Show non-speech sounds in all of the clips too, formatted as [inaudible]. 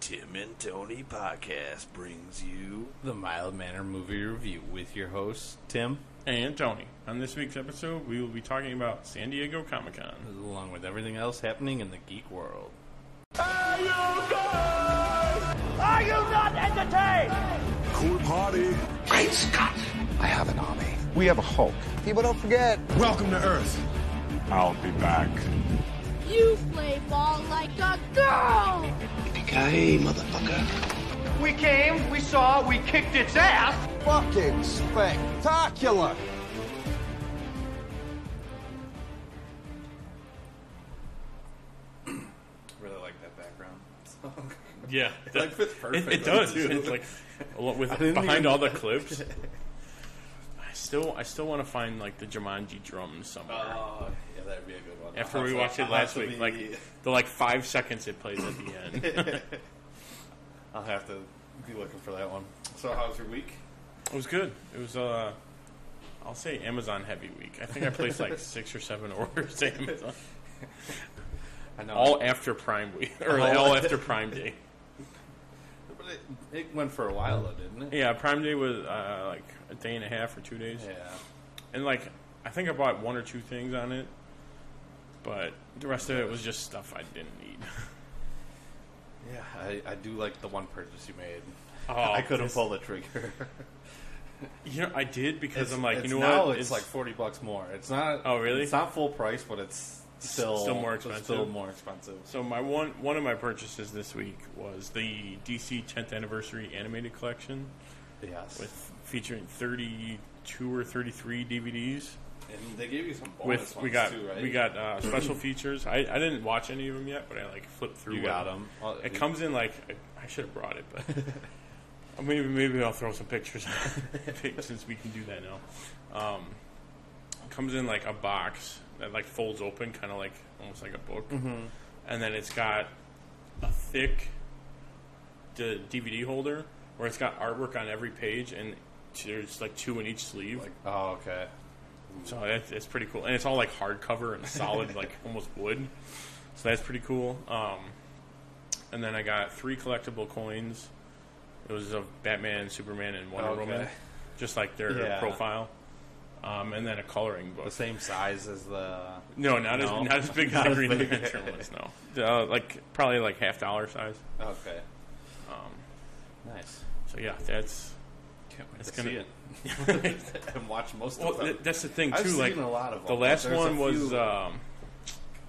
Tim and Tony podcast brings you The Mild Manner Movie Review with your host, Tim, and Tony. On this week's episode, we will be talking about San Diego Comic Con. along with everything else happening in the geek world. Are you good? Are you not entertained? Cool party. Great Scott! I have an army. We have a Hulk. People don't forget. Welcome to Earth. I'll be back. You play ball like a girl! Hey, motherfucker. We came, we saw, we kicked its ass. Fucking spectacular! Really like that background. Yeah, Like, fits it, perfectly, it does. too. It's like a lot with [laughs] I didn't behind even- all [laughs] the clips. I still, I still want to find like the Jumanji drums somewhere. Oh, yeah, that'd be a good one. After we watched it last week, like the like five seconds it plays at [laughs] the end. I'll have to be looking for that one. So, how's your week? it was good. It was uh, I'll say Amazon heavy week. I think I [laughs] placed like six or seven orders at Amazon, I know. all after Prime week or All- [laughs] all after Prime Day. but it, it went for a while, though, didn't it? Yeah, Prime Day was uh, like a day and a half or two days. And like, I think I bought one or two things on it, but the rest of it was just stuff I didn't need. [laughs] Yeah, I, I do like the one purchase you made. Oh, [laughs] I couldn't this- pull the trigger. You know, I did because I'm [laughs] like, it's you know now what? It's, like forty bucks more. It's not. Oh, really? It's not full price, but it's still Still more it's Still expensive? more expensive. so my one one of my purchases this week was the DC 10th anniversary animated collection Yes. with featuring 32 or 33 DVDs. and they gave you some bonus With Oh, ones we got too, right? we got uh, special features. I, I didn't watch any of them yet, but I like flipped through. You what- got 'em. Oh, It you- comes in like I, I should have brought it, but I mean [laughs] maybe I'll throw some pictures [laughs] since we can do that now. Um, it comes in like a box that like folds open, kind of like almost like a book, and then it's got a thick d- DVD holder where it's got artwork on every page, and there's like two in each sleeve. Oh, okay. So that's, that's pretty cool, and it's all like hardcover and solid, like [laughs] almost wood. So that's pretty cool. Um, and then I got three collectible coins. It was of Batman, Superman, and Wonder Okay. Woman, just like their Yeah. profile. Um, and then a coloring book. The same size as the. No, not No. as not [laughs] as big Not as the as Green big. Lantern was. No, uh, like probably like half dollar size. Okay. Um, nice. So yeah, that's Can't wait It's to gonna- see it [laughs] and watch most Well, of them. th- that's the thing too. I've like seen a lot of the them. last There's a one was few. um,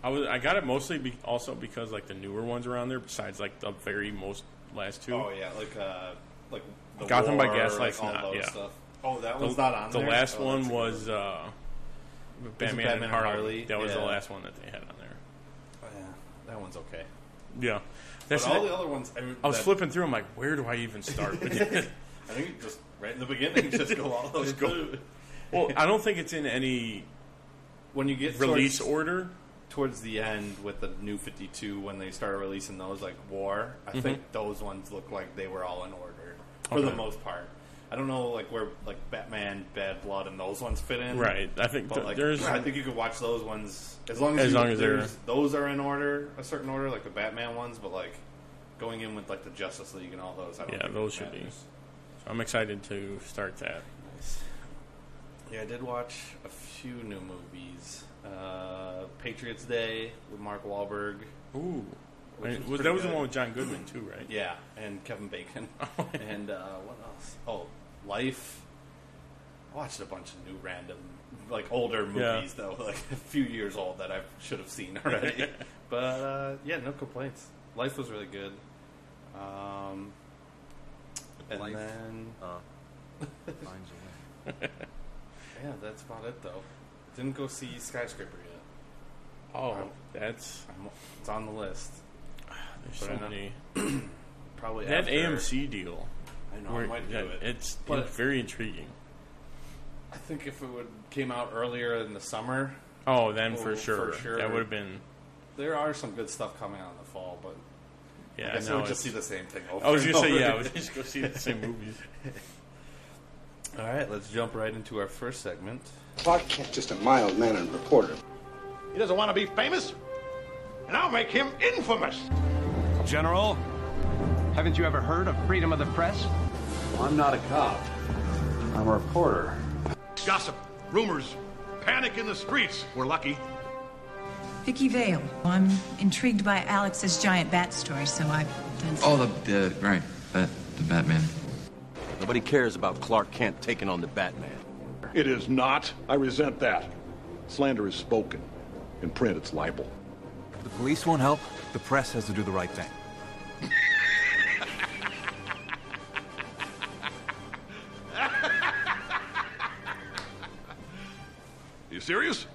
I was I got it mostly be, also because like the newer ones are on there. Besides like the very most last two. oh yeah, like uh, like the Gotham by War, Gaslight's like, all not, those yeah. stuff. Oh, that the, one's not on the there. Oh, last one one was uh, Batman, Batman and and Harley. Harley? That was the Yeah. last one that they had on there. Yeah, that one's okay. Yeah, But that's all it. the other ones, I, mean, I was that- flipping through. I'm like, where do I even start? [laughs] with this? I think you just right in the beginning, just go [laughs] all those. go. through. well, I don't think it's in any When you get release towards, order. towards the end with the new 52 when they started releasing those like war i think those ones look like they were all in order for the Mm-hmm. Okay. most part i don't know like where like batman bad blood and those ones fit in Right. I think but th- like there's. i think you could watch those ones as long as, As you- long as they're- there's- those are in order a certain order like the batman ones but like going in with like the justice league and all those I don't Yeah, think those it should be. matters. I'm excited to start that. yeah i did watch a few new movies uh, patriots day with mark Wahlberg. Ooh. Which was And was, pretty that was the good. one with John Goodman too, right? Yeah, and Kevin Bacon. and uh, what else? Oh, Life. I watched a bunch of new random, like older movies Yeah. though, [laughs] like a few years old that I should have seen already. but uh, yeah, no complaints. Life was really good. Um, and Life. then [laughs] finds a yeah, that's about it though. Didn't go see Skyscraper yet. Oh, that's I'm, it's on the list. there's so I know. many. Probably That after- AMC deal. I know I where- might do that- it. It's, But- it's very intriguing. I think if it would came out earlier in the summer, Oh, then Oh, for, sure. for sure. that would have been. There are some good stuff coming out in the fall, but Yeah, I guess no, we'll just see it's- the same thing over. I was and gonna [laughs] say over yeah. I was again. just gonna see the same movies. [laughs] All right, let's jump right into our first segment. Clark Kent's just a mild-mannered reporter. He doesn't want to be famous, and I'll make him infamous. General, Haven't you ever heard of freedom of the press? I'm not a cop. I'm a reporter. Gossip, rumors, panic in the streets. We're lucky. Vicky Vale. I'm intrigued by Alex's giant bat story, so I've done Oh, the, the right, Bat, the Batman. Nobody cares about Clark Kent taking on the Batman. It is not. I resent that. Slander is spoken. In print, it's libel. The police won't help. The press has to do the right thing. You serious?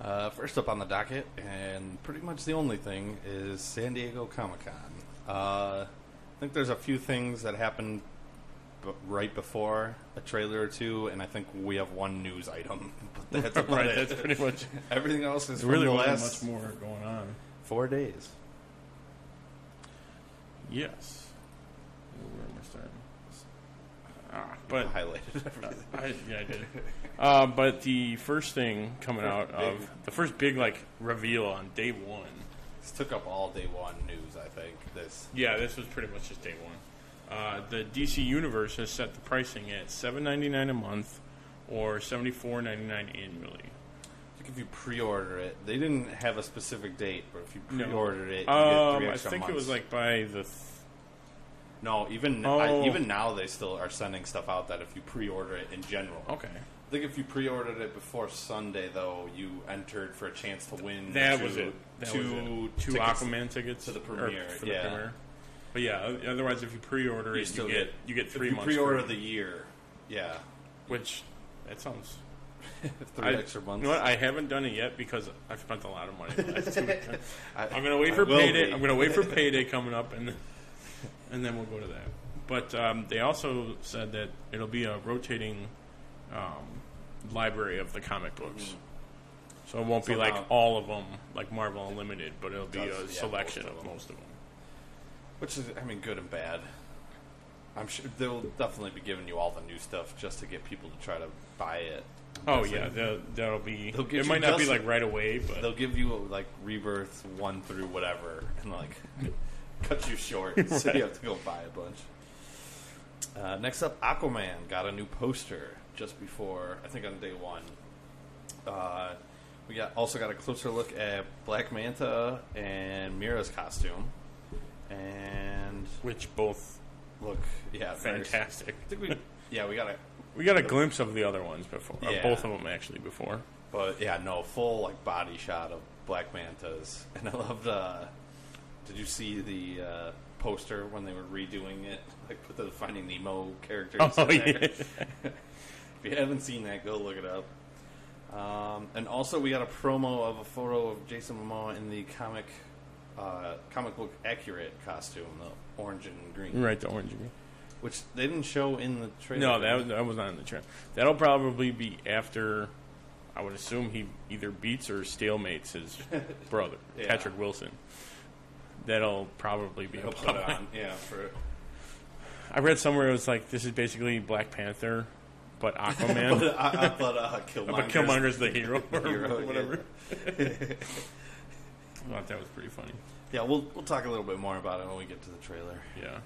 Uh, first up on the docket, and pretty much the only thing, is San Diego Comic Con. Uh, I think there's a few things that happened b- right before a trailer or two, and I think we have one news item. [laughs] But that's about Right, it. that's pretty much- everything else is There really from the wasn't last much more going on. Four days. Yes. Where am I starting? Ah, but highlighted everything. I, yeah, I did. Uh, but the first thing coming out Big- of the first big like reveal on day one. This took up all day one news. I think this. Yeah, this was pretty much just day one. Uh, the DC Universe has set the pricing at seven ninety nine a month, or seventy four ninety nine annually. Like if you pre-order it, they didn't have a specific date, but if you No. pre-ordered it, you get um, three I extra think it months. was like by the. Th- no, even I, Oh. even now they still are sending stuff out that if you pre-order it in general. Okay. I think if you pre-ordered it before Sunday, though, you entered for a chance to win. That two- was it. That two was it. two tickets Aquaman tickets to the or premiere. for the yeah, premiere. But yeah, o- otherwise, if you pre-order You it, still you get- get, you get if three you months. pre-order free. the year, yeah. Which that sounds three I- extra months. You know what? I haven't done it yet because I've spent a lot of money. [laughs] The last two weeks. I- I'm gonna wait I for will payday. be. I'm gonna wait for payday coming up, and then, and then we'll go to that. But um, they also said that it'll be a rotating um, library of the comic books. So it won't be Mm-hmm. So like now- all of them, like Marvel Unlimited, but it'll be does, a yeah, selection most of of 'em. most of them. Which is, I mean, good and bad. I'm sure they'll definitely be giving you all the new stuff just to get people to try to buy it. Oh Because yeah, they- that- that'll be. they'll give It you might not be just- like right away, but they'll give you like rebirth one through whatever, and like [laughs] cut you short, so you have to go buy a bunch. Uh, next up, Aquaman got a new poster just before I think on day one. Uh, we got also got a closer look at Black Manta and Mira's costume, and which both look yeah very- fantastic. I think we [laughs] yeah we got a We got a glimpse of the other ones before, or Yeah. both of them actually before. But yeah, no full like body shot of Black Mantas, [laughs] and I loved. Uh, did you see the uh, poster when they were redoing it? Like put the Finding Nemo characters. Oh, in there. [laughs] yeah. if you haven't seen that, go look it up. Um, and also, we got a promo of a photo of Jason Momoa in the comic, uh, comic book accurate costume, the orange and green, Right, the orange. one. Which they didn't show in the trailer. No, that was, that was not in the trailer. That'll probably be after. I would assume he either beats or [laughs] stalemates his brother, Yeah. Patrick Wilson. That'll probably be. They'll up put [laughs] it on. Yeah, for I read somewhere it was like this is basically Black Panther, [laughs] but Aquaman. but, uh, uh, but uh, Killmonger. [laughs] But Killmonger's the hero, or [laughs] Hero, yeah. whatever. I thought that was pretty funny. Yeah, we'll we'll talk a little bit more about it when we get to the trailer. Yeah.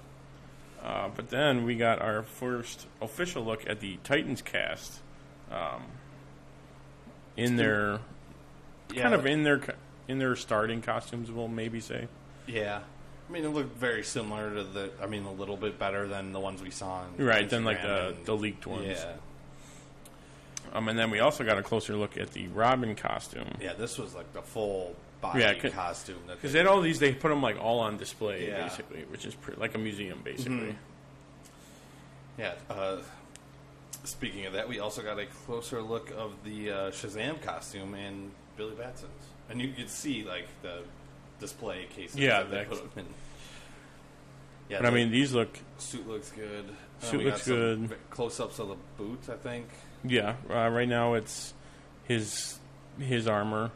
Uh, but then we got our first official look at the Titans cast. Um, in their Yeah. kind of in their co- in their starting costumes, we'll maybe say. Yeah, I mean it looked very similar to the. I mean a little bit better than the ones we saw. On Right, than, like, Instagram the- and- the leaked ones. Yeah, Um, and then we also got a closer look at the Robin costume. yeah. This was like the full body Yeah, 'cause- costume. that Because they- at all these, they put them like all on display, Yeah. Mm-hmm. basically, which is pre- like a museum, basically. yeah. Uh, speaking of that, we also got a closer look of the uh, Shazam costume and Billy Batson's, and you could see like the display cases. Yeah, that they that- put them in. Yeah, But I the- mean, these look Suit looks good. Uh, Suit looks good. Close ups of the boots, I think. Yeah, uh, right now it's his his armor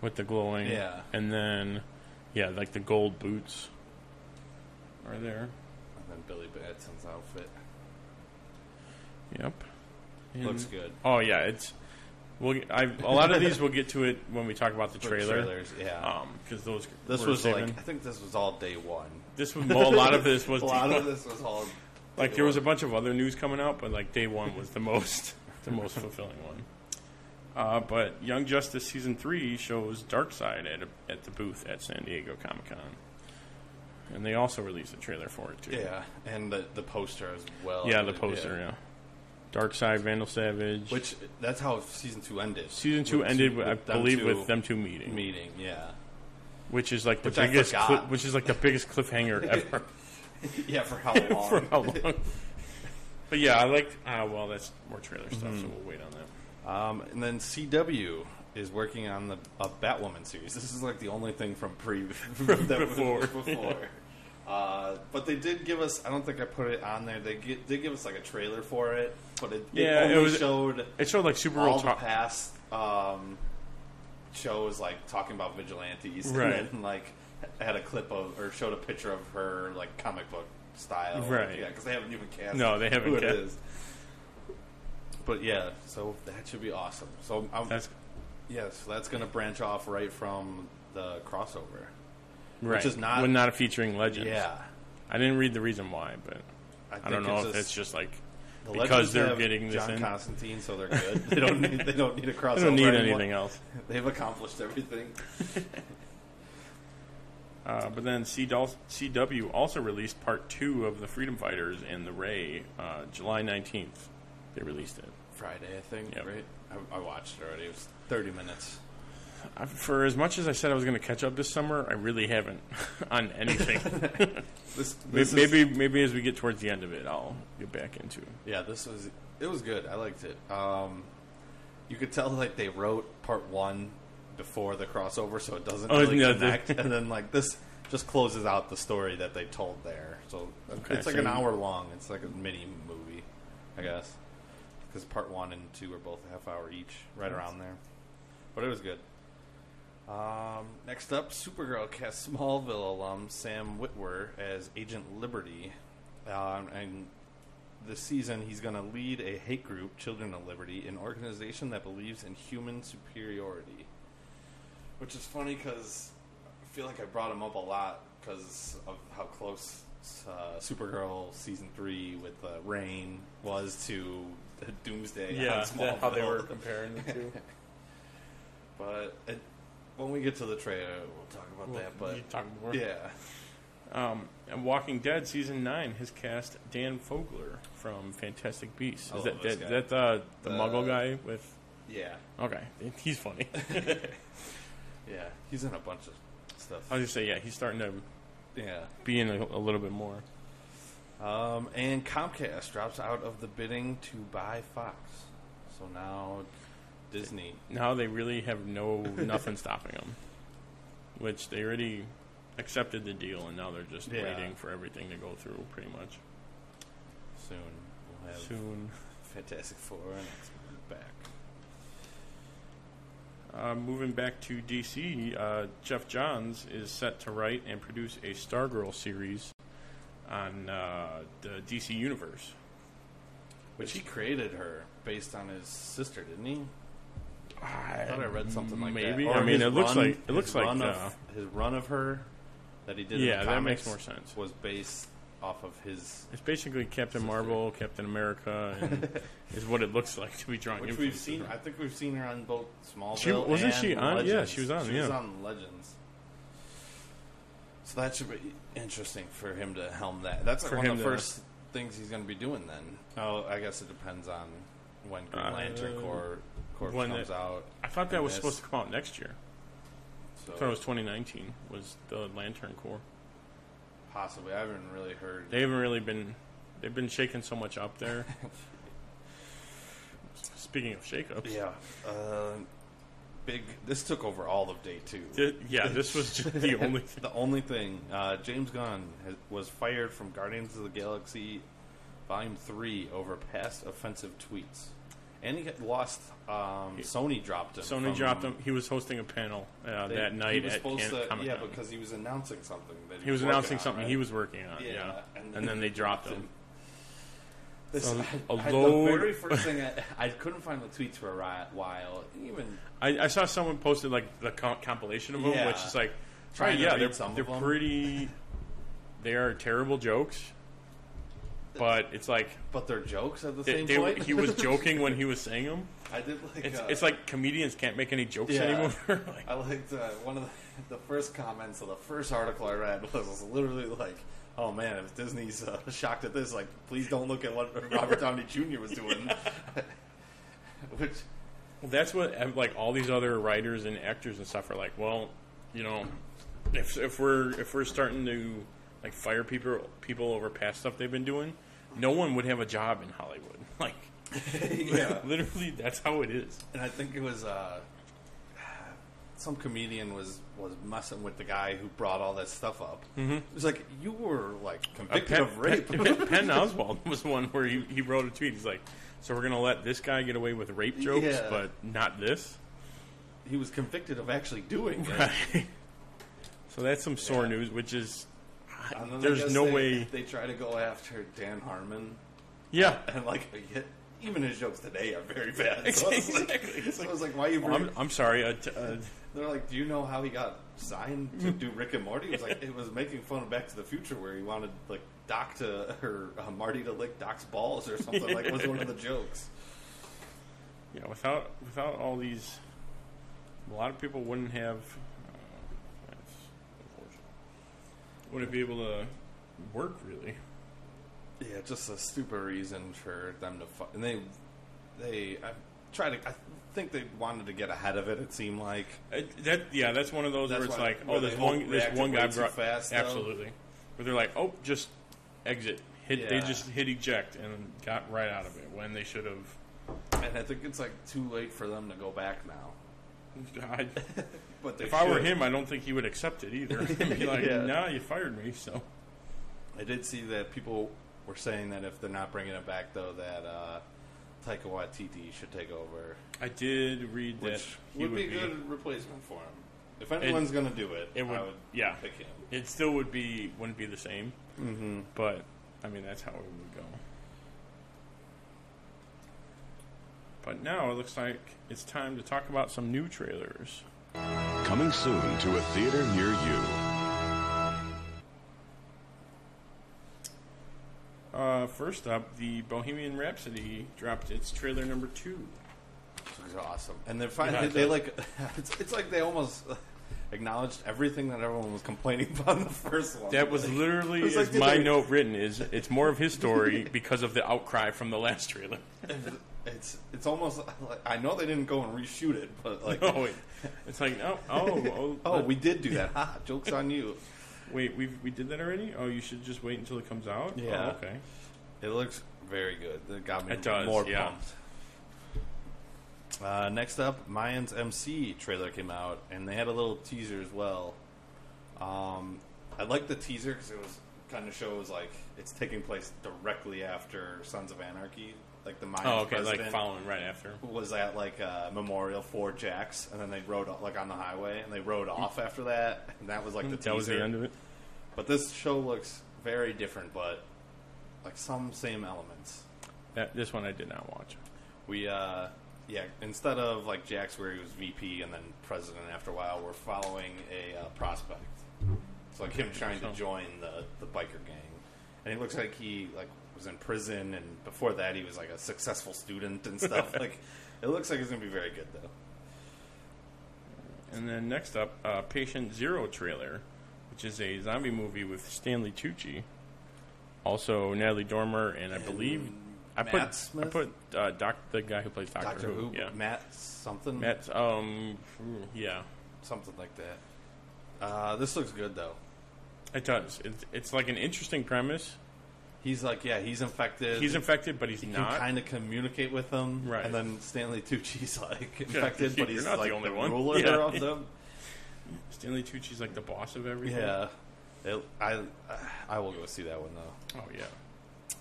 with the glowing. Yeah. and then yeah, like the gold boots are there. And then Billy Batson's outfit. Yep, Looks And- good. Oh yeah, it's We'll, get- I, a lot of these we'll get to it when we talk about [laughs] the For trailer. trailers, yeah. Because those. This were was like saving. I think this was all day one. This was well, a lot [laughs] of this was a day lot [laughs] of one. this was all like day there was a one. bunch of other news coming out, but like day one was the most [laughs] the most fulfilling one. Uh, but Young Justice season three shows Darkseid at a, at the booth at San Diego Comic Con, and they also released a trailer for it too. yeah, and the the poster as well. yeah, the poster. Yeah, Darkseid, Vandal Savage. Which that's how season two ended. season two With- ended, with, I them believe, two with them two meeting, meeting. Yeah, [laughs] which is like the Which I biggest, forgot. cli- which is like the [laughs] biggest cliffhanger ever. yeah, for how long? [laughs] For how long? but yeah, I liked. Ah, well, that's more trailer stuff, so Mhm. we'll wait on that. Um, and then CW is working on the a Batwoman series. This is like the only thing from pre [laughs] From that was [laughs] [laughs] before. before. Uh, but they did give us. I don't think I put it on there. They gi- did give us like a trailer for it, but it, it Yeah, it only was- showed. it showed, like, Supergirl all the talk- past um, shows, like talking about vigilantes, Right. and then like had a clip of or showed a picture of her like comic book style, Right. Yeah, because they haven't even cast. No, they haven't who cast- It is. But yeah, so that should be awesome. So I'm, That's- yeah, so that's going to branch off right from the crossover, Right, Which is not when not featuring Legends. Yeah. I didn't read the reason why, but I I, think don't know it's if just- it's just like the Legends because they're have getting this John in. Constantine, so [laughs] they're good. They [laughs] don't need, they don't need a crossover. They don't need anymore. anything else. They've accomplished everything. Uh, but then CW CW also released part two of the Freedom Fighters and the Ray, uh, July nineteenth. They released it. Friday, I think. Right? I, I watched it already. It was thirty minutes. I, for as much as I said I was going to catch up this summer, I really haven't [laughs] on anything. This- [laughs] May- this is- maybe, maybe as we get towards the end of it, I'll get back into. it. Yeah, this was it was good. I liked it. Um, you could tell like they wrote part one before the crossover, so it doesn't Oh, really no, the- connect. and then like this just closes out the story that they told there. So Okay, it's like so an you- hour long. It's like a mini movie, I guess, because part one and two are both a half hour each, right around there. But it was good. Um, next up, Supergirl cast Smallville alum Sam Witwer as Agent Liberty. Um, and this season, he's going to lead a hate group, Children of Liberty, an organization that believes in human superiority. Which is funny because I feel like I brought him up a lot because of how close uh, Supergirl season three with uh, Rain was to Doomsday. on Yeah, Smallville. how they were comparing [laughs] the two. But it, when we get to the trailer, we'll talk about Well, that. But you talk more. yeah, Um, and Walking Dead season nine has cast Dan Fogler from Fantastic Beasts. Is I that love this that, guy. that the, the The- Muggle guy with? yeah, Okay, he's funny. [laughs] yeah, he's in a bunch of stuff. I was just say yeah, he's starting to Yeah. be in a, a little bit more. Um, and Comcast drops out of the bidding to buy Fox, so now Disney. Now they really have no nothing stopping them, which they already accepted the deal, and now they're just Yeah. waiting for everything to go through pretty much. Soon we'll have Soon. Fantastic Four and X Men back. Uh, moving back to DC, uh, Jeff Johns is set to write and produce a Stargirl series on uh, the DC Universe. Which he created her based on his sister, didn't he? I thought I read something like that. maybe. Or I mean, his it looks run- like- it looks his like, run uh, of, his run of her that he did. in Yeah, the that makes comics more sense. Was based off of his, It's basically Captain Marvel, Captain America, [laughs] and is what it looks like to be drawing. which we've influences seen. from. I think we've seen her on both Smallville. She- wasn't and she on- yeah, Legends. she was on, She was yeah. on Legends. So that should be interesting for him to helm that. That's like For one of him the to- first things he's going to be doing then. Oh, I guess it depends on when Green Uh, Lantern Corps, Corps when comes that- out. I thought that and was this. supposed to come out next year. So- I thought it was 2019. Was the Lantern Corps? Possibly. I haven't really heard. They haven't really been. They've been shaking so much up [laughs] there. Speaking of shakeups, Yeah. Uh, big. This took over all of day two. Th- yeah, this was [laughs] just the [laughs] only thing. the only thing. Uh, James Gunn has, was fired from Guardians of the Galaxy Volume Three over past offensive tweets, and he got lost. Um, Sony dropped him. Sony from- dropped him. He was hosting a panel uh, they- that night He was at supposed Can- to, Comic-Con. yeah, because he was announcing something. That he was working announcing on, something right? [laughs] he was working on. Yeah, and, then they dropped him. This, a, Um, a I- I- load. The [laughs] very first thing I, I couldn't find the tweets for a ri- while. Even I, I saw someone posted like the com- compilation of them, Yeah. which is like, Trying oh, to yeah, read they're, some of they're them. pretty. They are terrible jokes, but it's like. But they're jokes at the they- same they- point? He was joking when he was saying them. [laughs] I did like, It's, uh, it's like comedians can't make any jokes Yeah. [laughs] anymore. [laughs] I liked uh, one of the, the first comments of the first article I read was, literally like, "Oh man, if Disney's uh, [laughs] shocked at this, like, please don't look at what [laughs] Robert Downey Jr. was doing." [laughs] Which Well, that's what um, like all these other writers and actors and stuff are like. Well, you know, if if we're if we're starting to like fire people people over past stuff they've been doing, no one would have a job in Hollywood. [laughs] Like, Yeah. [laughs] literally, that's how it is. And I think it was uh, some comedian was was messing with the guy who brought all that stuff up. Mhm. It was like you were like Uh, convicted Pen- of rape. Pen, Pen- Penn Oswald [laughs] was one where he, he wrote a tweet. He's like, "So we're gonna let this guy get away with rape jokes, Yeah. but not this." He was convicted of actually doing it. Right. [laughs] so that's some sore news, which is And then I there's guess no they- way. they try to go after Dan Harmon. Yeah. and like [laughs] even his jokes today are very [laughs] bad. So I was like, "Oh, so I was like why you? Well, Bring, I'm, I'm sorry. Uh, t- uh, [laughs] They're like, do you know how he got signed to do Rick and Morty? It was like it was making fun of Back to the Future, where he wanted like Doc to [laughs] or uh, Marty to lick Doc's balls or something. like was one of the [laughs] jokes. Yeah, without without all these, a lot of people wouldn't have. Uh, that's unfortunate. Wouldn't be able to work really. Yeah, just a stupid reason for them to. Fu- and they, they I try to. I think they wanted to get ahead of it. It seemed like It- Uh, that yeah, that's one of those where That's it's why- like, where oh, they this won't one this react one way guy too brought fast, though. absolutely. Where they're like, oh, just exit. Hit they Yeah. just hit eject and got right out of it when they should have. [laughs] And I think it's like too late for them to go back now. I, But [laughs] they if I were should. him, I don't think he would accept [laughs] it either. He'd be like, Yeah. nah, you fired me, so. I did see that people were saying that if they're not bringing it back, though, that uh, Taika Waititi should take over. I did read that Which he would, would be a be- good replacement for him. If anyone's going to do it, it would, I would yeah. pick him. It still would be wouldn't be the same, Mhm. but I mean that's how it would go. But now it looks like it's time to talk about some new trailers. Coming soon to a theater near you. Uh, first up, the Bohemian Rhapsody dropped its trailer number two. These are awesome. And they're finally, Yeah. they like, [laughs] it's, it's like they almost [laughs] acknowledged everything that everyone was complaining about in the first one. That was Like, literally it was like, is did my they- note written is it's more of his story [laughs] because of the outcry from the last [laughs] trailer. [laughs] It's it's almost [laughs] like I know they didn't go and reshoot it, but [laughs] like No, it- it's like, oh, oh, oh, [laughs] Oh, we did do that. Ha, jokes on you. Wait, we we did that already? Oh, you should just wait until it comes out. Yeah. Oh, okay. It looks very good. That got me It does, more yeah. pumped. Uh, next up, Mayans MC trailer came out, and they had a little teaser as well. Um, I like the teaser because it was kind of shows like it's taking place directly after Sons of Anarchy, like the Mayans. Oh, okay, like president following right after. Was at like a memorial for Jax, and then they rode off, like on the highway, and they rode off after that, and that was like the teaser. Mm. That was the end of it? But this show looks very different, but like some same elements. That, this one I did not watch. We, uh, yeah, instead of like Jax, where he was VP and then president after a while, we're following a uh, prospect. It's like him trying to join the, the biker gang, and it looks like he like was in prison, and before that he was like a successful student and [laughs] stuff. like, it looks like it's gonna be very good though. And then next up, uh, Patient Zero trailer, which is a zombie movie with Stanley Tucci, also Natalie Dormer, and I believe I Matt put I Smith? put uh, doc the guy who plays Doctor, Doctor Who, Who, yeah, Matt something, Matt, um, yeah, something like that. Uh, this looks good though. It does. It's, it's like an interesting premise. He's like, yeah, he's infected. He's infected, but he's He not. can kind of communicate with them, Right. And then Stanley Tucci's [laughs] like infected, You're but he's not like the only one. ruler Yeah. of [laughs] them. Stanley Tucci's like the boss of everything. Yeah, It- I I will go see that one though. Oh yeah.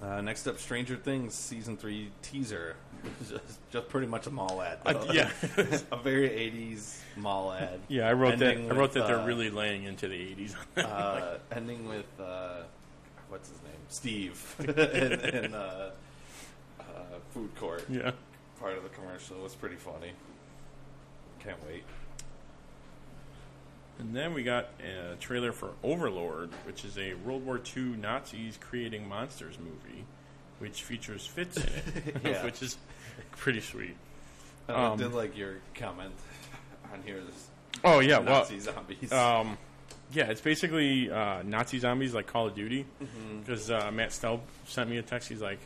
Uh, next up, Stranger Things season three teaser, [laughs] just, just pretty much a mall ad. Uh, though. [laughs] yeah. a very '80s mall ad. [laughs] Yeah, I wrote Ending that. I wrote with, that uh, they're really laying into the '80s. uh, [laughs] ending with uh, what's his name, Steve, and, and uh, uh, food court. [laughs] Yeah. Part of the commercial was pretty funny. Can't wait. And then we got a trailer for Overlord, which is a World War II Nazis creating monsters movie, which features Fitz in it, [laughs] [laughs] Yeah. which is pretty sweet. I don't know, I Um, did like your comment [laughs] on here. This Oh yeah, Nazi well, zombies. Um, yeah, it's basically uh, Nazi zombies like Call of Duty. Mhm. Because uh, Matt Stelb sent me a text. He's like,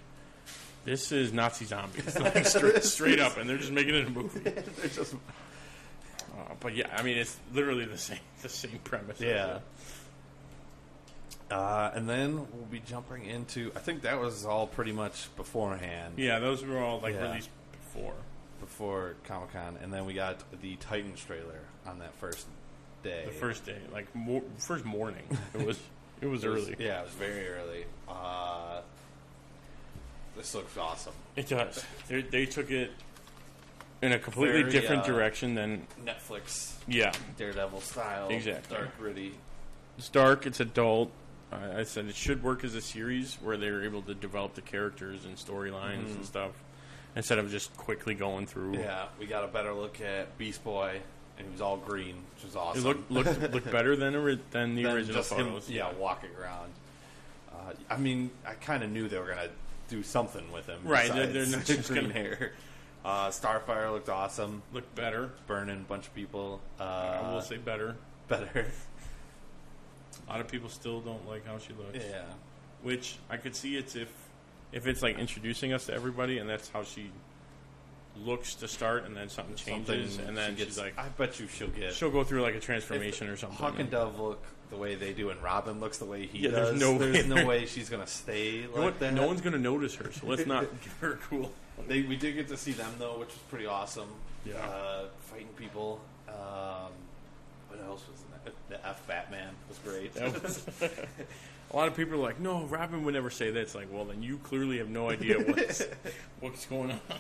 "This is [laughs] Nazi zombies, like, straight, straight up," and they're just making it a movie. they're just. Uh, but yeah, I mean, it's literally the same, [laughs] the same [laughs] premise. Yeah. Uh, and then we'll be jumping into. I think that was all pretty much beforehand. Yeah, those were all like Yeah. released before. before Comic Con, and then we got the Titans trailer on that first day. The first day, like mo- first morning, it was it was early. Yeah, [laughs] it was very early. Uh, this looks awesome. It does. They they took it in a completely Very, different uh, direction than Netflix. Yeah. Daredevil style. Exactly. Dark gritty. It's dark. It's adult. I I said it should work as a series where they were able to develop the characters and storylines Mhm. and stuff instead of just quickly going through. Yeah, we got a better look at Beast Boy, and he was all green, which was awesome. It looked looked looked better than ori- than the Than original just him, photos. yeah, walking around. Uh, I mean, I kind of knew they were gonna do something with him. Right, they're- they're besides not [laughs] just green gonna- hair. Uh, Starfire looked awesome. Looked better. Burning a bunch of people. Uh, I will say better. [laughs] better. A lot of people still don't like how she looks. Yeah. Which I could see it's if if it's like introducing us to everybody and that's how she looks to start and then something changes Something and then she gets- she's like I bet you she'll get. she'll go through like a if transformation or something. Hawk and Dove look the way they do, and Robin looks the way he Yeah, does. there's no way- there's [laughs] no way she's gonna stay know like what? that. No one's gonna notice her, so let's [laughs] not [laughs] give her a cool. They, we did get to see them though, which was pretty awesome. Yeah. uh, fighting people. Um, what else was in that? The F Batman was great. That was- [laughs] a lot of people are like, "No, Robin would never say that." It's like, well, then you clearly have no [laughs] idea what's what's going on. [laughs]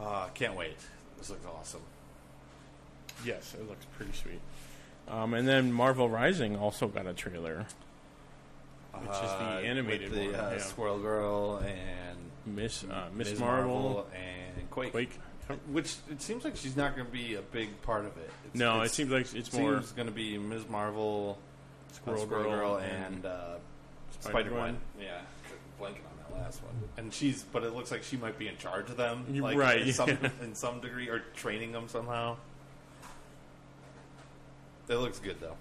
uh, can't wait. This looks awesome. Yes, it looks pretty sweet. Um, and then Marvel Rising also got a trailer, which is Uh, the with animated the, one, uh, yeah. Squirrel Girl and Miss uh, Miss Ms. Marvel. and Quake. Quake. Which it seems like she's not going to be a big part of it. It's, No, it seems like it's more- going to be Ms. Marvel, uh, Squirrel Girl, and, and uh, Spider-Gwen. Spider Gwen. Yeah, blanking on that last one. And she's, but it looks like she might be in charge of them, You- like, right, In some, yeah. in some degree, or training them somehow. It looks good though.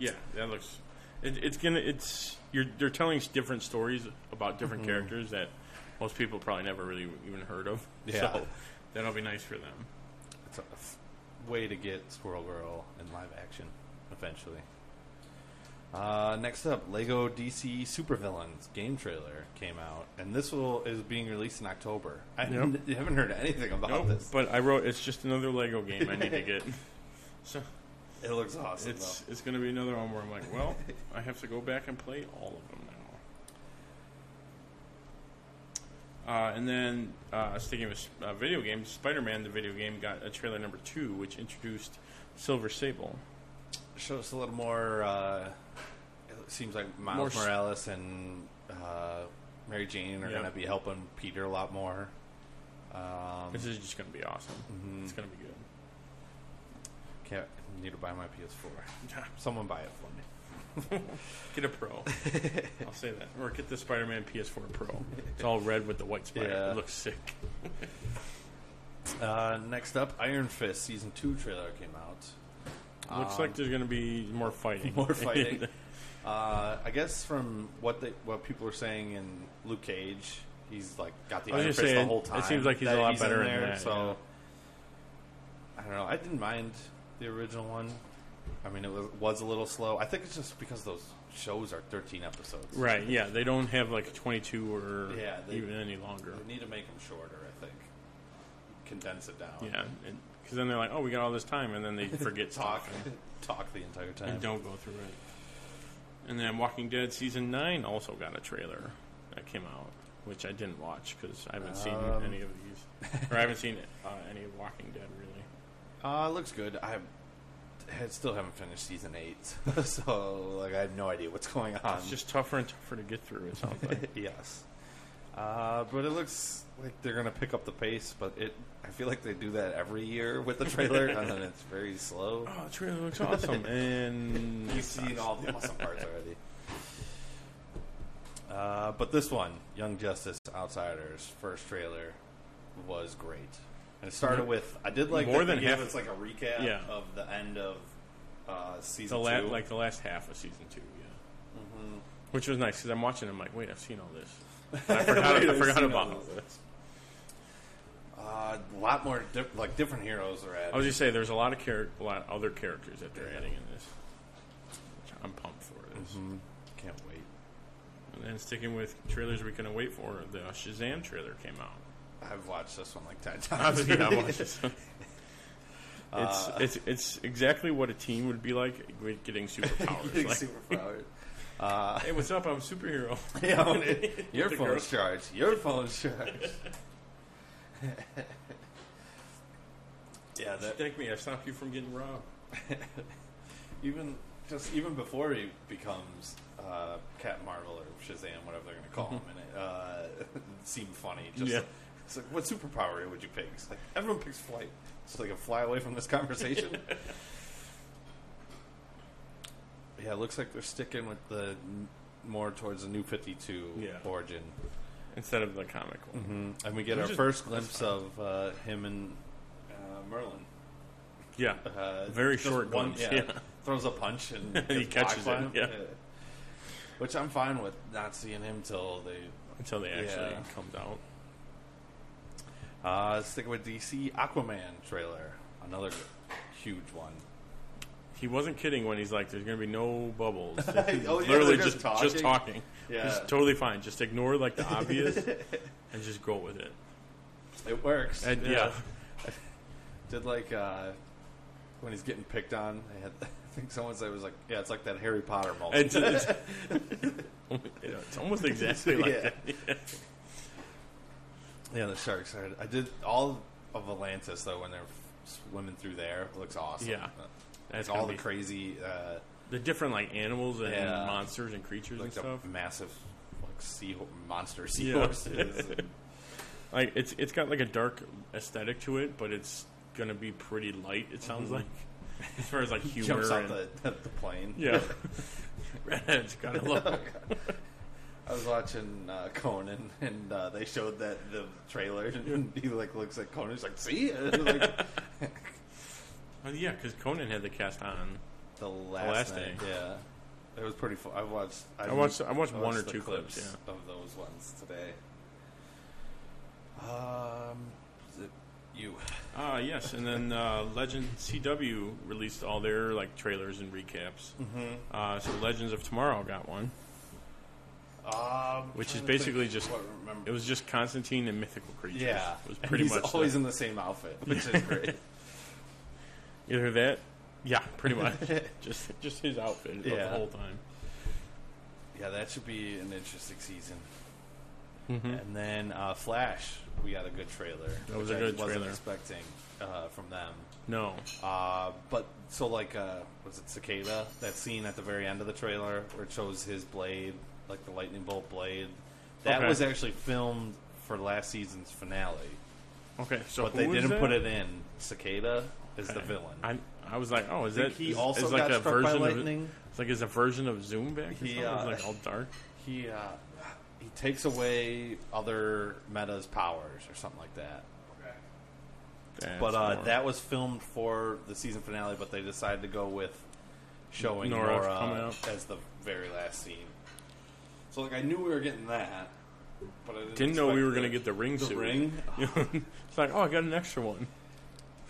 Yeah, that looks. It, it's gonna. It's you're. They're telling s- different stories about different Mhm. characters that most people probably never really even heard of. [laughs] Yeah. So that'll be nice for them. It's a f- way to get Squirrel Girl in live action eventually. Uh, next up, Lego DC Supervillains game trailer came out, and this will is being released in October. I Yep. [laughs] you haven't heard anything about Nope, this. But I wrote it's just another Lego game I need to get. So It looks awesome. it's it's going to be another one where I'm like, well, I have to go back and play all of them now. Uh, and then uh, sticking with uh, video games, Spider-Man the video game got a trailer number two, which introduced Silver Sable. though. show us a little more. Uh, it seems like Miles More s- Morales and uh, Mary Jane are Yep. going to be helping Peter a lot more. Um, This is just going to be awesome. Mm-hmm. It's going to be good. Can't need to buy my PS4. Someone buy it for me. Get a Pro. [laughs] I'll say that. Or get the Spider Man PS4 Pro. It's all red with the white spider. Yeah. It looks sick. uh, next up, Iron Fist season two trailer came out. Looks Um, like there's going to be more fighting. more fighting. uh, I guess from what they, what people are saying in Luke Cage, he's like got the I was Iron just Fist the saying, whole it time. seems like he's that a lot better in in there. that, so I don't know. I didn't mind the original one. I mean, it was, was a little slow. I think it's just because those shows are 13 episodes. [laughs] right, yeah. They don't have like 22 or Yeah, they- even any longer. They need to make them shorter. I think condense it down. Yeah. Because then they're like, oh, we got all this time. And [laughs] then they forget talk, stuff and- talk the entire time. and don't go through it. And then Walking Dead Season 9 also got a trailer that came out, which I didn't watch because I haven't seen Um. any of these. Or I haven't seen uh, any of Walking Dead, really. Uh, looks good. I I still haven't finished season eight, [laughs] so like I have no idea what's going on. It's just tougher and tougher to get through. It sounds like. [laughs] yes. Uh, but it looks like they're gonna pick up the pace, but it I feel like they do that every year with the trailer, and then it's very slow. Oh, the trailer looks awesome, [laughs] and you've seen all the awesome [laughs] parts already. Uh, but this one, Young Justice Outsiders, first trailer, was great. And it started with I did like More that than they gave half- us like a recap Yeah. of the end of uh, season the la- two. Mm-hmm. like the last half of season two, yeah. Which was nice because I'm watching. I'm like, wait, I've seen all [laughs] this. And I forgot. Wait, I I've forgot seen about all all this. this. Uh, a lot more diff- like different heroes are added. I was just say there's a lot of char- a lot of other characters that they're adding in this. Which I'm pumped for this. Mm-hmm. Can't wait. And then sticking with trailers we couldn't wait for, the Shazam trailer came [laughs] out. I've watched this one like ten times. Obviously, I already. [laughs] watched this. [laughs] It's, Uh, it's it's exactly what a teen would be like with getting [laughs] superpowers. Getting like, [laughs] superpowered. Uh, hey, what's up? I'm a superhero. Yeah, when it- your [laughs] The phone's girl- charged. Your phone's charged. [laughs] yeah, that Thank me. I stopped you from getting robbed. even just even before he becomes uh, Captain Marvel or Shazam, whatever they're going to call him, and it uh, [laughs] seemed funny. Just Mm-hmm. Yeah. it's like, what superpower would you pick? It's like everyone [laughs] picks flight, so they can fly away from [laughs] this conversation. yeah, it looks like they're sticking with the n- more towards the New Fifty Two Yeah. origin. Instead of the comic one. Mm-hmm. And we get Which our is- first that's glimpse fine. of uh, him and uh, Merlin. Yeah. Uh, Very just short one. glimpse, Yeah, yeah. [laughs] throws a punch and [laughs] He gets catches blocked by it, him. yeah. Which I'm fine with not seeing him till they Until they actually Yeah. comes out. Uh, sticking with DC Aquaman trailer, another g- huge one. He wasn't kidding when he's like, "There's going to be no [laughs] bubbles." [laughs] Oh, yeah, Literally they're just just just talking. talking. Yeah. It's totally fine. Just ignore like the [laughs] obvious and just go with it. It works. And, yeah. Did like uh, when he's getting picked on? I, had, [laughs] I think someone said it was like, yeah, it's like that Harry Potter moment. [laughs] It's, it's, yeah, it's almost exactly like Yeah. that. [laughs] Yeah. Yeah, the sharks. Are, I did all of Atlantis though when they're swimming through there. It looks awesome. Yeah. it's That's all gonna the be- crazy, uh, The different like animals and Yeah. monsters and creatures like and the stuff. massive like sea monster Yeah. [laughs] seahorses. and- like it's it's got like a dark aesthetic to it, but it's gonna be pretty light. It sounds like as far as like [laughs] humor. jumps out and- the, the plane. [laughs] yeah, [laughs] redheads [laughs] gotta look. I was watching uh, Conan, and uh, they showed that the trailer, and he like looks at Conan. He's like, "See, [laughs] And, like, Oh, yeah, because Conan had the cast on. the last, last night, day. Yeah, it was pretty. Fu- I watched. I watched- I watched one or the two clips, yeah. of those ones today. Um, is it you. Ah, yes, and then uh, Legend CW released all their like trailers and recaps. Mhm. Uh, so Legends of Tomorrow got one, Um, which is trying to basically think just what I remember. it was just Constantine and mythical creatures. yeah. [laughs] it was And pretty he's much always the- in the same [laughs] outfit, which is great. either that. Yeah, [laughs] pretty much. just just his outfit the Yeah. whole time. Yeah, that should be an interesting season. Mhm. And then uh, Flash, we got a good trailer. That was which a I good wasn't trailer. expecting uh, from them. No, Uh, but so like, uh, was it Cicada? That scene at the very end of the trailer where it shows his blade, like the lightning bolt blade. That Okay. was actually filmed for last season's finale, okay, so but they who is didn't that? put it in. Cicada is the Okay. villain. I I was like, oh, is Think that he is- also is like got a struck by version lightning? Of, it's like is a version of Zoom back. Or He, something? It's, uh, like all dark. he uh, he takes away other meta's powers or something like that. but That's uh, more- that was filmed for the season finale, but they decided to go with showing Nora Nora, coming up. as the very last scene. So like I knew we were getting that, but I didn't, Didn't know we expect were gonna get the ring The suit. ring. [laughs] it's like, oh, I got an extra one.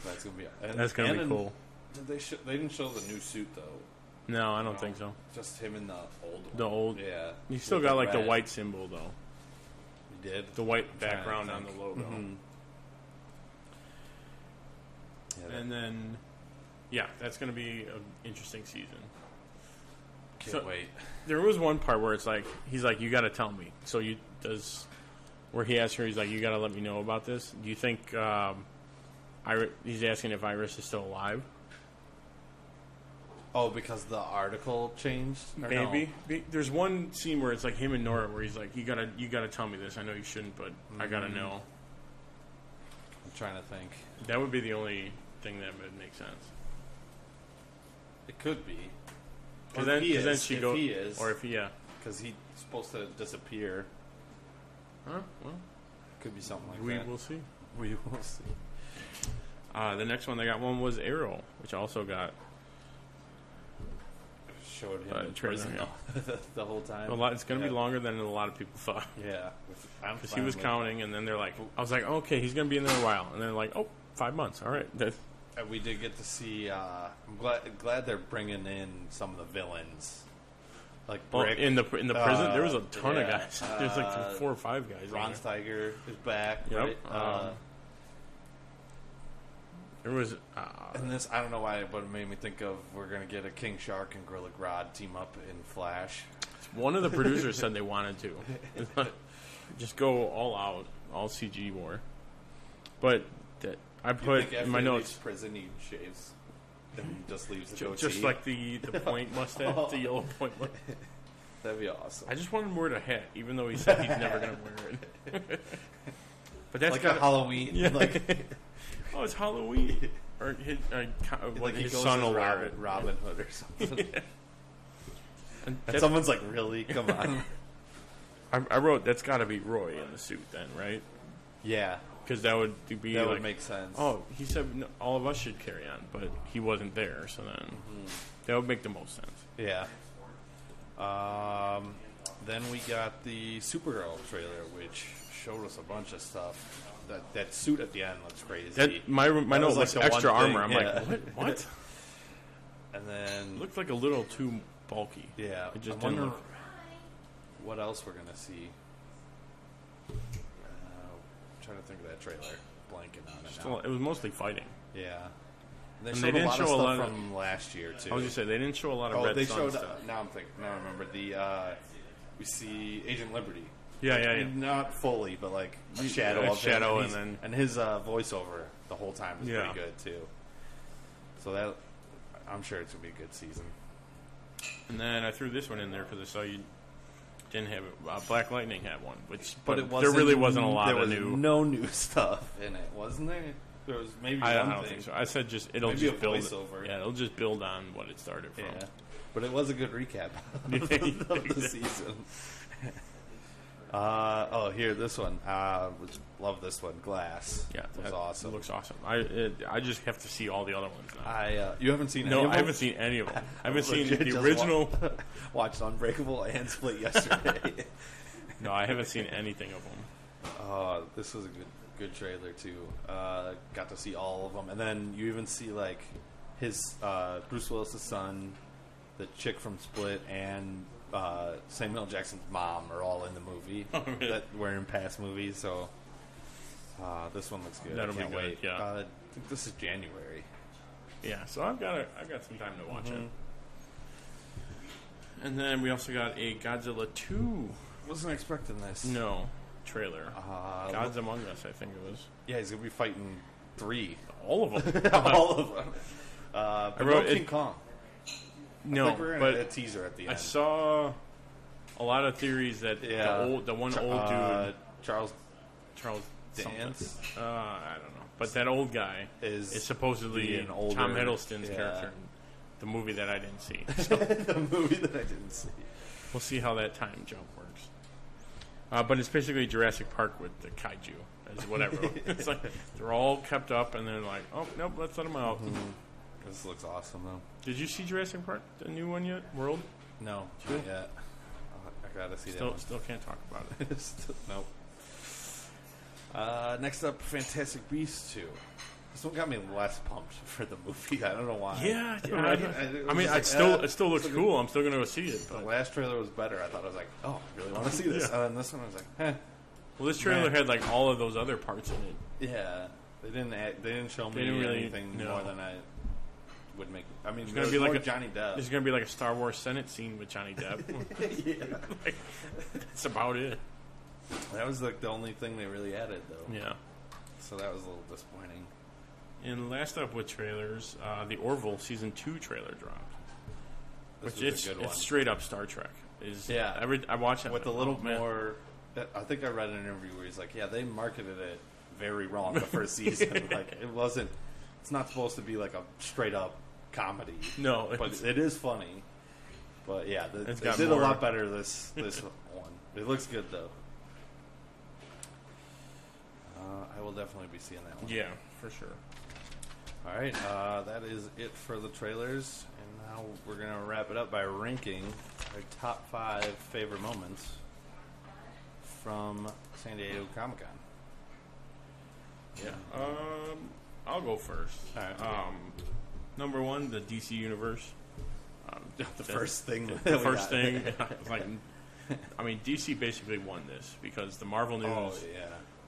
That's gonna be and- That's gonna and be an- cool. Did they sh- they didn't show the new suit though. Um, No, I don't think so. Just him in the old one. The old, yeah. You still With got like red. the white symbol though, You did the white I'm trying to background on the think. logo, Mm-hmm. Mhm. Yeah, that- and then yeah, that's gonna be an interesting season. Can't so- wait. There was one part where it's like he's like, "You got to tell me." So you does where he asks her, he's like, "You got to let me know about this." Do you think um, Iris? He's asking if Iris is still alive. Oh, because the article changed. Or no? Maybe Be- there's one scene where it's like him and Nora, where he's like, "You gotta, you gotta tell me this. I know you shouldn't, but I gotta Mm. know." I'm trying to think. That would be the only thing that would make sense. It could be. Or Or then- he 'cause then is, she if go- he is, or if he- yeah. because he's supposed to disappear. Huh? Well, could be something like we that. will see. [laughs] We will see. Uh, the next one they got one was Arrow, which also got Showed him Uh, in trailer, prison yeah. the, [laughs] the whole time. [laughs] A lot, it's going to Yeah. be longer than a lot of people thought. Yeah, [laughs] [laughs] I'm because he fine was with- counting, and then they're like, I was like, okay, he's going to be in there a while, and then like, oh, five months. All right, that, And we did get to see. Uh, I'm glad, glad they're bringing in some of the villains, like Oh, Brick. in the pr- in the prison, there was a ton of Uh, yeah, guys. [laughs] There's like uh, four or five guys in Ron there. Steiger is back. Yep, Right? Uh, um, there was. Uh, and this, I don't know why, but it made me think of we're gonna get a King Shark and Gorilla Grodd team up in Flash. one of the producers said they wanted to [laughs] just go all out, all CG war. But that I You put think after in my he notes. leaves Prison, he shaves, then he just leaves the Ju- goatee. just like the- [laughs] the point mustache, Oh. the yellow point mu- That'd be awesome. I just wanted him to wear the hat, even though he said he's never going to wear it. [laughs] but that's Like got a Halloween, [laughs] like- oh, it's Halloween, or his, or, co- Like like he his goes son as will wear Robin- it, Robin Hood or [laughs] something. And And someone's like, "Really? Come [laughs] on." I, I wrote that's got to be Roy in the suit, then, right? Yeah. because that would be That would like, make sense. Oh, he said no, all of us should carry on, but he wasn't there, so then Hmm. that would make the most sense. Yeah. Um, then we got the Supergirl trailer, which showed us a bunch of stuff. That that suit at the end looks crazy. That- my- my note was the extra one armor. I'm like, what- [laughs] what? and then looked like a little too bulky. Yeah, it just I didn't wonder look. what else we're gonna see. Uh, trying to think of that trailer. Blanking on it. just a now. lot- It was mostly fighting. Yeah. They And showed a lot of stuff from last year too. I was gonna say, they didn't show a lot of oh, Red they Sun showed, stuff. Now I'm thinking. Now I remember the. Uh, we see Agent Liberty. Yeah, yeah, I yeah. mean, Not fully, but like a You- shadow a of him, shadow he's- and then- and his uh, voiceover the whole time was Yeah. pretty good too. So that I'm sure it's gonna be a good season. And then I threw this one in there because I saw you didn't have it. Uh, Black Lightning had one, which But but, it there wasn't- really wasn't a lot there of was new no new [laughs] stuff in it, wasn't there? There was maybe I, I one don't thing. think so. I said just it'll Maybe just a build. voiceover. Yeah, it'll just build on what it started from. Yeah. But it was a good recap [laughs] of Yeah, the, of the exactly. [laughs] season. Uh, oh, here, this one. Uh, was- love this one. Glass. Yeah, It was that awesome. Looks awesome. I it, I just have to see all the other ones. Now. I, uh, you haven't seen no, any of I them? haven't seen any of them. I haven't seen Legit just the wa- [laughs] original. watched Unbreakable and [laughs] Split yesterday. no, I haven't seen anything of them. Uh, this was a good good trailer too. Uh, got to see all of them, and then you even see like his uh, Bruce Willis's son, the chick from Split, and uh, Samuel L. Jackson's mom are all in the [laughs] movie Oh, really? that were in past movies. So uh, this one looks good. That'll I be can't good, wait. yeah. Uh, I think this is January. Yeah, so I've got a, I've got some time to watch Mhm. it. And then we also got a Godzilla two. Wasn't expecting this. No trailer. Uh, Gods Among Us, I think it was. Yeah, he's gonna be fighting [laughs] three. All of them. all of them. Uh, but no wrote King it- Kong. I [laughs] [laughs] No, think we're in but a teaser at the I end. saw a lot of theories that Yeah. the old, the one Char- old dude, uh, Charles, [laughs] Charles something. Dance? Uh, I don't know, but that old guy Is supposedly an older- Tom Hiddleston's yeah. character in the movie that I didn't see. [laughs] the movie that I didn't see. We'll see how that time jump works. Uh, but it's basically Jurassic Park with the kaiju, is whatever. [laughs] it's like they're all kept up, and they're like, oh nope, let's let them out. Mm-hmm. This looks awesome though. Did you see Jurassic Park, the new one yet? World? No, Cool. not yet. Uh, I gotta see Still, that. still can't talk about it. One. [laughs] Still- nope. Uh, next up, Fantastic Beasts two. This one got me less pumped [laughs] for the movie. [laughs] I don't know why. Yeah, yeah, Right? I- it was I mean, just I like, still- eh, it still looks it's cool. I'm still gonna go see it, The but- last trailer was better. I thought I was like, oh, I really want to see this. Yeah. And then this one, I was like, eh. Well, this trailer Meh. had like all of those other parts in it. Yeah, they didn't. Add, they didn't show me They didn't really- anything no. more than I would make. I mean, It's there gonna was be like more a Johnny Depp. There's gonna be like a Star Wars Senate scene with Johnny Depp. [laughs] yeah, [laughs] like, that's about it. that was like the only thing they really added, though. Yeah. So that was a little disappointing. And last up with trailers, uh, the Orville season two trailer dropped. This Which was a it's, good it's one. straight up Star Trek. Is Yeah. every I watch it with a I'm like, little oh, man. more. I think I read an interview where he's like, "Yeah, they marketed it very wrong the [laughs] first season. like, it wasn't. It's not supposed to be like a straight up comedy. No, but it's- it is funny. But yeah, the, It's they got did more- a lot better [laughs] this this one. It looks good though. Uh, I will definitely be seeing that one. Yeah, for sure. All right, uh, that is it for the trailers, and now we're gonna wrap it up by ranking our top five favorite moments from San Diego Comic Con. Yeah. Um, I'll go first. Alright. Um, number one, the DC universe. Um, [laughs] the first [laughs] thing that [laughs] The we first got. thing. like, I mean, DC basically won this because the Marvel news. Oh, yeah.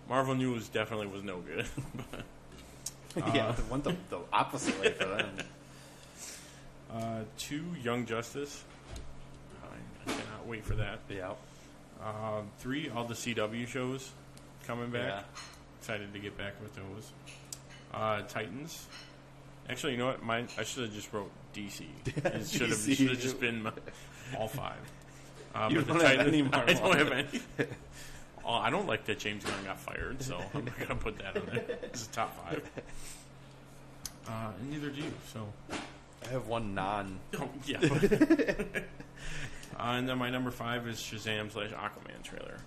Marvel news definitely was no good. [laughs] but, [laughs] yeah, uh, it went the, the opposite way for them. Uh, two Young Justice. I, I cannot wait for that. [laughs] Yeah. Uh, three all the CW shows coming back. Yeah. Excited to get back with those. Uh, Titans. Actually, you know what? Mine. I should have just wrote DC. [laughs] It should have DC. should have just been my, all five. Uh, You but the don't have Titans- any [laughs] I Marvel. don't have any. Oh, I don't like that James Gunn got fired, so I'm not gonna put that on there. It's a top five. Uh, and neither do you. So I have one non. Oh, yeah. uh, and then my number five is Shazam slash Aquaman trailer,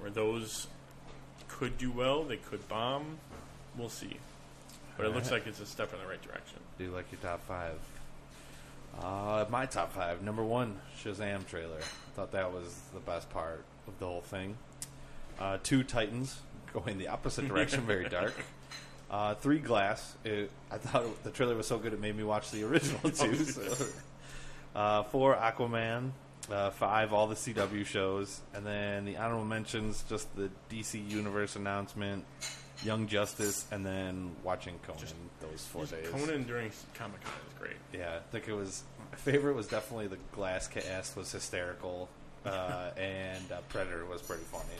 where those could do well, they could bomb. We'll see. But it looks Alright. like it's a step in the right direction. Do you like your top five? Uh, my top five. Number one, Shazam trailer. Thought that was the best part of the whole thing. Uh, two Titans going the opposite direction, very dark. Uh, three Glass. It, I thought it- the trailer was so good it made me watch the original too. so. uh, four Aquaman. Uh, five all the CW shows, and then the honorable mentions just the DC Universe announcement, Young Justice, and then watching Conan those four days. Conan during Comic Con is great. Yeah, I think it was my favorite was definitely the glass cast was hysterical, uh, and uh, Predator was pretty funny.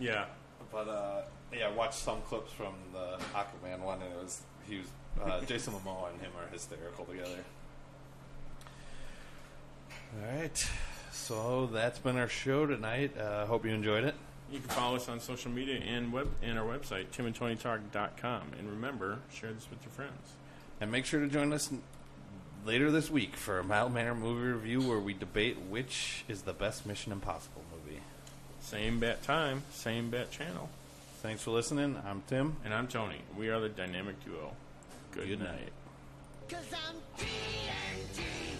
Yeah. But uh, yeah, I watched some clips from the Aquaman one, and it was he was uh, Jason Momoa and him are hysterical together. All right, so that's been our show tonight. Uh, hope you enjoyed it. You can follow us on social media and web and our website, timandtonytalk.com. And remember, share this with your friends. And make sure to join us n- later this week for a Mild Manner movie review where we debate which is the best Mission Impossible movie. Same bat time, same bat channel. Thanks for listening. I'm Tim. And I'm Tony. We are the Dynamic Duo. Good, night. Cause I'm TNT.